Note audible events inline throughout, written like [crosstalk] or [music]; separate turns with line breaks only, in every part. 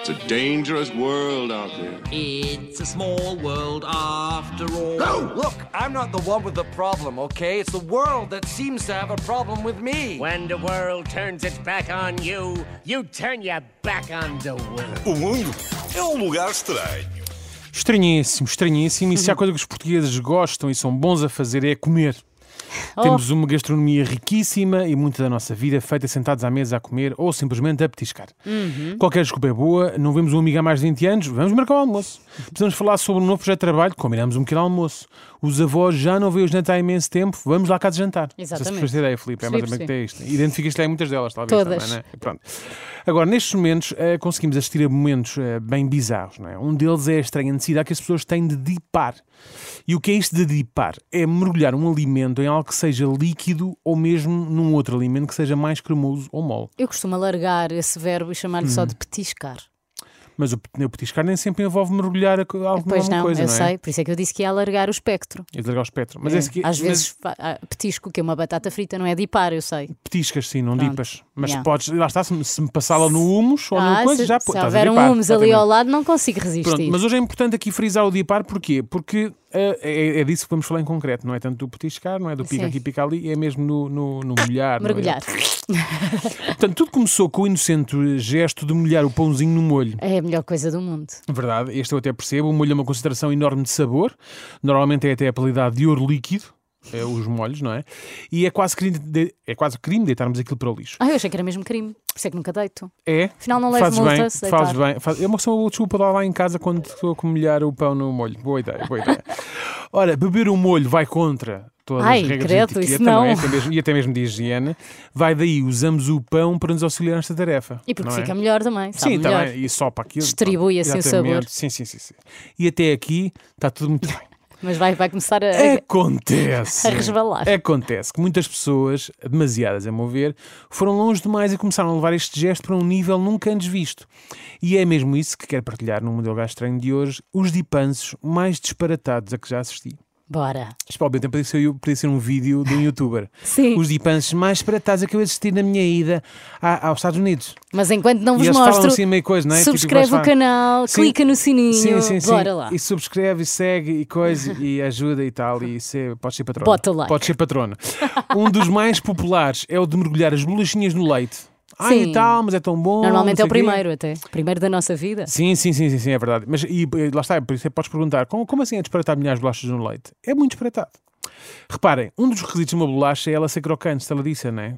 It's a dangerous world out there.
It's a small world after all.
Look, I'm not the one with the problem, okay? It's the world that seems to have a problem with me.
When the world turns its back on you, you turn your back on the world.
O mundo é um lugar estranho.
Estranhíssimo, estranhíssimo. E se há coisa que os portugueses gostam e são bons a fazer é comer. Temos uma gastronomia riquíssima e muita da nossa vida feita sentados à mesa a comer ou simplesmente a petiscar. Qualquer desculpa é boa, não vemos um amigo há mais de 20 anos, vamos marcar um almoço. Precisamos falar sobre um novo projeto de trabalho, combinamos um pequeno almoço. Os avós já não veem o jantar há imenso tempo, vamos lá à casa jantar. Não sei se
Exatamente.
percebes a ideia, Filipe, é mais ou menos
Percebi,
que é isto. Identificas-te em muitas delas, talvez.
Todas.
Também, não é? Pronto. Agora, nestes momentos, eh, conseguimos assistir a momentos eh, bem bizarros. Não é? Um deles é a estranha necessidade que as pessoas têm de dipar. E o que é isto de dipar? É mergulhar um alimento em algo que seja líquido ou mesmo num outro alimento que seja mais cremoso ou mole.
Eu costumo alargar esse verbo e chamar-lhe só de
Hum.
petiscar.
Mas o pet- né, o petiscar nem sempre envolve mergulhar a co- alguma,
pois não,
alguma coisa,
eu
não é?
sei, por isso é que eu disse que ia alargar o espectro.
É de largar o espectro. Mas é. esse que-
Às
mas
vezes fa- ah, petisco, que é uma batata frita, não é dipar, eu sei.
petiscas sim, não
Pronto.
dipas. Mas
Yeah.
podes, lá está, se me, se me passá-la no humus ou
Ah,
numa coisa,
se,
já
se
pô- estás a
houver um
dipar,
humus ali
exatamente.
ao lado, não consigo resistir.
Pronto, mas hoje é importante aqui frisar o dipar, porquê? Porque eh, é, é disso que vamos falar em concreto, não é tanto do petiscar, não é do pica
Sim.
aqui, pica ali, é mesmo no, no, no molhar. não é?
Mergulhar.
Portanto, tudo começou com o inocente gesto de molhar o pãozinho no molho.
É a melhor coisa do mundo.
Verdade, este eu até percebo. O molho é uma concentração enorme de sabor, normalmente é até apelidado de ouro líquido. eh, os molhos, não é? E é quase crime, de- é quase crime deitarmos aquilo para o lixo.
Ah, eu achei que era mesmo crime. Por isso é que nunca deito.
É.
Afinal, não levo
fazes
multa,
bem,
se
fazes
deitar.
bem. Faz... É uma só uma desculpa lá, lá em casa quando estou a comilhar o pão no molho. Boa ideia, boa
[laughs]
ideia. Ora, beber um molho vai contra todas
Ai,
as regras
credo,
de
isso
etiqueta,
não.
é? Até mesmo- e até mesmo de higiene. Vai daí, usamos o pão para nos auxiliar nesta tarefa.
E porque
não é?
fica melhor também. Sabe
Sim,
melhor.
também. E só para aquilo.
Distribui
pronto,
assim o
exatamente.
sabor.
Sim, sim, sim, sim. E até aqui está tudo muito bem.
Mas vai, vai começar a.
É. Acontece.
É [laughs] a resvalar.
Acontece que muitas pessoas, demasiadas a meu ver, foram longe demais e começaram a levar este gesto para um nível nunca antes visto. E é mesmo isso que quero partilhar no Modelo Gás Estranho de hoje, os dipanços mais disparatados a que já assisti.
Bora.
Isto provavelmente podia ser, podia ser um vídeo de um youtuber.
[laughs] Sim.
Os dipanços mais disparatados a que eu assisti na minha ida a- aos Estados Unidos.
Mas enquanto não
E
vos
eles falam
mostro,
assim meio coisa, não é? Tipo,
subscreve
vais
o
falar-
canal,
Sim.
clica no sininho.
Sim, sim, sim.
Bora lá.
E subscreve, e segue, e coisa, e ajuda e tal. E ser, pode ser patrona.
Bota o like.
Pode ser patrona. Um dos mais populares é o de mergulhar as bolachinhas no leite. Ah, e
Sim.
tal, mas é tão bom.
Normalmente é
não
o
sei quê.
primeiro, até. Primeiro da nossa vida.
Sim, sim, sim, sim, sim, é verdade. Mas e, e lá está, por isso é que podes perguntar: como, como assim é disparatar milhares de bolachas no leite? É muito disparatado. Reparem, um dos requisitos de uma bolacha é ela ser crocante, estaladiça, não é?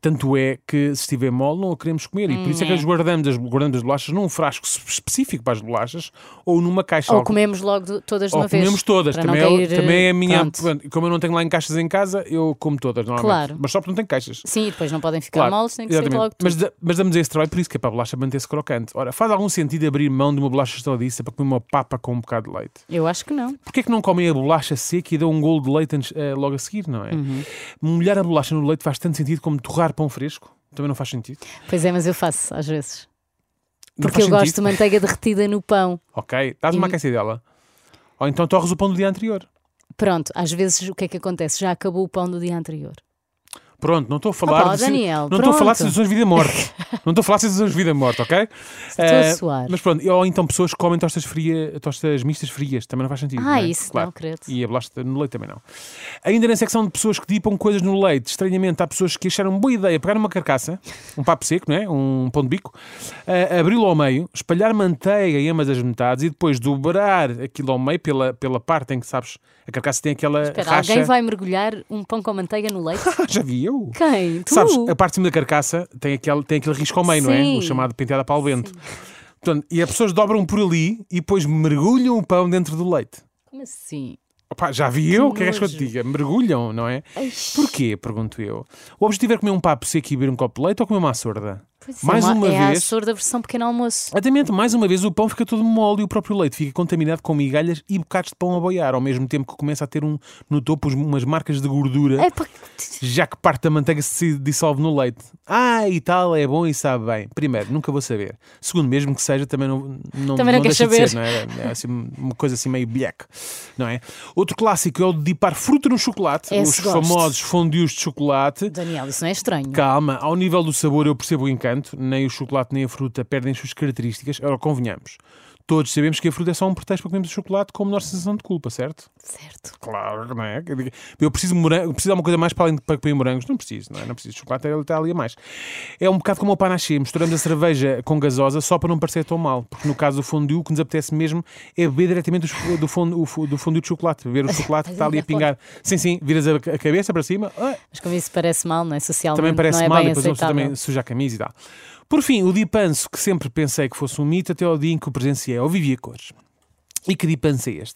Tanto é que se estiver mole não a queremos comer e por isso é que
Uhum.
as guardamos, as guardamos as bolachas num frasco específico para as bolachas ou numa caixa.
Ou
algo-
comemos logo do- todas de
ou
uma vez.
comemos todas.
para não
Também, é o-
cair,
também é a minha.
pronto.
pronto, como eu não tenho lá em caixas em casa, eu como todas normalmente.
Claro.
Mas só porque não tenho caixas.
Sim, e depois não podem ficar moles, Tá tem que ser
exatamente.
logo tudo.
mas, da- mas damos esse trabalho por isso que é para a bolacha manter-se crocante. Ora, faz algum sentido abrir mão de uma bolacha estaladiça para comer uma papa com um bocado de leite?
Eu acho que não.
Porquê é que não comem a bolacha seca e dão um golo de leite antes- eh, logo a seguir, não é?
Uhum.
Molhar a bolacha no leite faz tanto sentido como torrar pão fresco? Também não faz sentido.
Pois é, mas eu faço às vezes.
Não
Porque eu
faz
gosto de
sentido.
manteiga derretida no pão.
Ok, estás uma
E-
aquecidela. Ou então torres o pão do dia anterior.
Pronto, às vezes o que é que acontece? Já acabou o pão do dia anterior.
Pronto, não estou a falar.
Opa,
de si-
Daniel,
não estou a falar de
pronto.
situações de vida
[laughs]
e morte. não estou a falar de situações de vida e morte, ok? Estou
a suar.
Mas pronto, ou então pessoas que comem tostas, fria, tostas mistas frias, também não faz sentido.
Ah,
não é?
isso não, credo.
E a blasta no leite também não. Ainda na secção de pessoas que dipam coisas no leite, estranhamente há pessoas que acharam boa ideia pegar uma carcaça, um papo seco, não é? Um pão de bico, ah, abri-lo ao meio, espalhar manteiga em ambas as metades e depois dobrar aquilo ao meio pela, pela parte em que, sabes, a carcaça tem aquela
Espera,
racha.
alguém vai mergulhar um pão com manteiga no leite?
[laughs] Já vi eu.
Quem? Tu?
Sabes, a parte de cima da carcaça tem aquele, tem aquele risco ao meio, não é?
Sim.
O chamado penteada para o vento. Portanto, e as pessoas dobram por ali e depois mergulham o pão dentro do leite.
Como assim?
Opa, já vi eu? O que é que eu te
nojo.
diga? Mergulham, não é? Porquê? Pergunto eu. O objetivo é comer um papo seco e beber um copo de leite ou comer uma sorda? mais
é
uma
é a
vez.
açor da versão pequeno almoço.
Exatamente, mais uma vez o pão fica todo mole e o próprio leite fica contaminado com migalhas e bocados de pão a boiar, ao mesmo tempo que começa a ter um, no topo uns- umas marcas de gordura
É pá,
já que parte da manteiga se dissolve no leite. Ah, e tal, é bom e sabe bem. Primeiro, nunca vou saber. Segundo, mesmo que seja, também não, não,
Também não queres
deixa de ser,
saber.
não é? É assim, uma coisa assim meio bilheque, não é? Outro clássico é o de dipar fruta no chocolate,
Esse
os
gosto.
famosos fondues de chocolate.
Daniel, isso não é estranho.
Calma, ao nível do sabor eu percebo o encanto, entanto, nem o chocolate nem a fruta perdem as suas características. Ora, convenhamos. Todos sabemos que a fruta é só um pretexto para comermos o chocolate como nossa sensação de culpa, certo?
Certo.
Claro, não é? Quer dizer, Eu preciso, de morango, eu preciso de alguma coisa mais para além de para comer morangos. Não preciso, não é? Não preciso de chocolate, ele está ali a mais. É um bocado como o panache. Misturamos a cerveja com gasosa só para não parecer tão mal. Porque no caso do fondue, o que nos apetece mesmo é beber diretamente do, do, fondue, o fo- do fondue de chocolate. Beber
[laughs]
o chocolate que está ali a pingar. Sim, sim, viras a a cabeça para cima. Ah,
Mas como isso parece mal, não é? Socialmente
também parece
não é
mal,
bem
depois a pessoa
aceitável.
também suja a camisa e tal. Por fim, o dipanso, que sempre pensei que fosse um mito, até ao dia em que o presenciei, ao Vivia Cores. E que dipanso é este?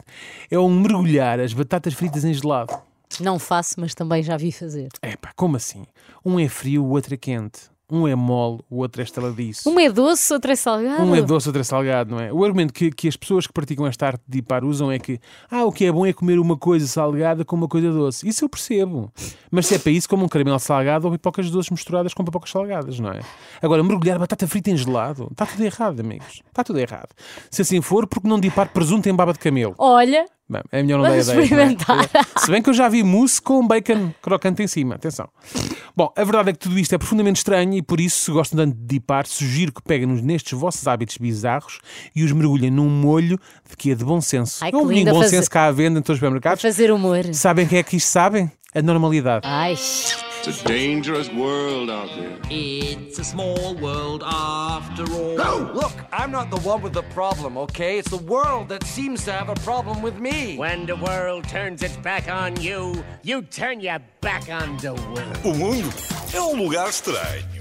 É um mergulhar as batatas fritas em gelado.
Não faço, mas também já vi fazer.
Epá, como assim? Um é frio, o outro é quente. Um é mole, o outro é estaladiço.
Uma é doce, outra é salgada.
Um é doce, outro é salgado, não é? O argumento que, que as pessoas que praticam esta arte de dipar usam é que ah, o que é bom é comer uma coisa salgada com uma coisa doce. Isso eu percebo. Mas se é para isso, como um caramelo salgado ou pipocas doces misturadas com pipocas salgadas, não é? Agora, mergulhar batata frita em gelado, está tudo errado, amigos. Está tudo errado. Se assim for, porque não dipar presunto em baba de camelo?
Olha,
Bem, é melhor não dar
Oh, Vamos
ideias. não é?
experimentar.
Se bem que eu já vi mousse com bacon crocante em cima, atenção. Bom, a verdade é que tudo isto é profundamente estranho e por isso, se gostam tanto de dipar, sugiro que peguem-nos nestes vossos hábitos bizarros e os mergulhem num molho de que é de bom senso.
Ai,
não
que
um bolinho de
lindo
bom
fazer-
senso cá à venda em todos os
[laughs]
supermercados.
fazer humor.
Sabem quem é que isto sabem? A normalidade.
Ai,
It's a dangerous world out there.
It's a small world after all.
Look, I'm not the one with the problem, okay? It's the world that seems to have a problem with me.
When the world turns its back on you, you turn your back on the world.
O mundo é um lugar estranho.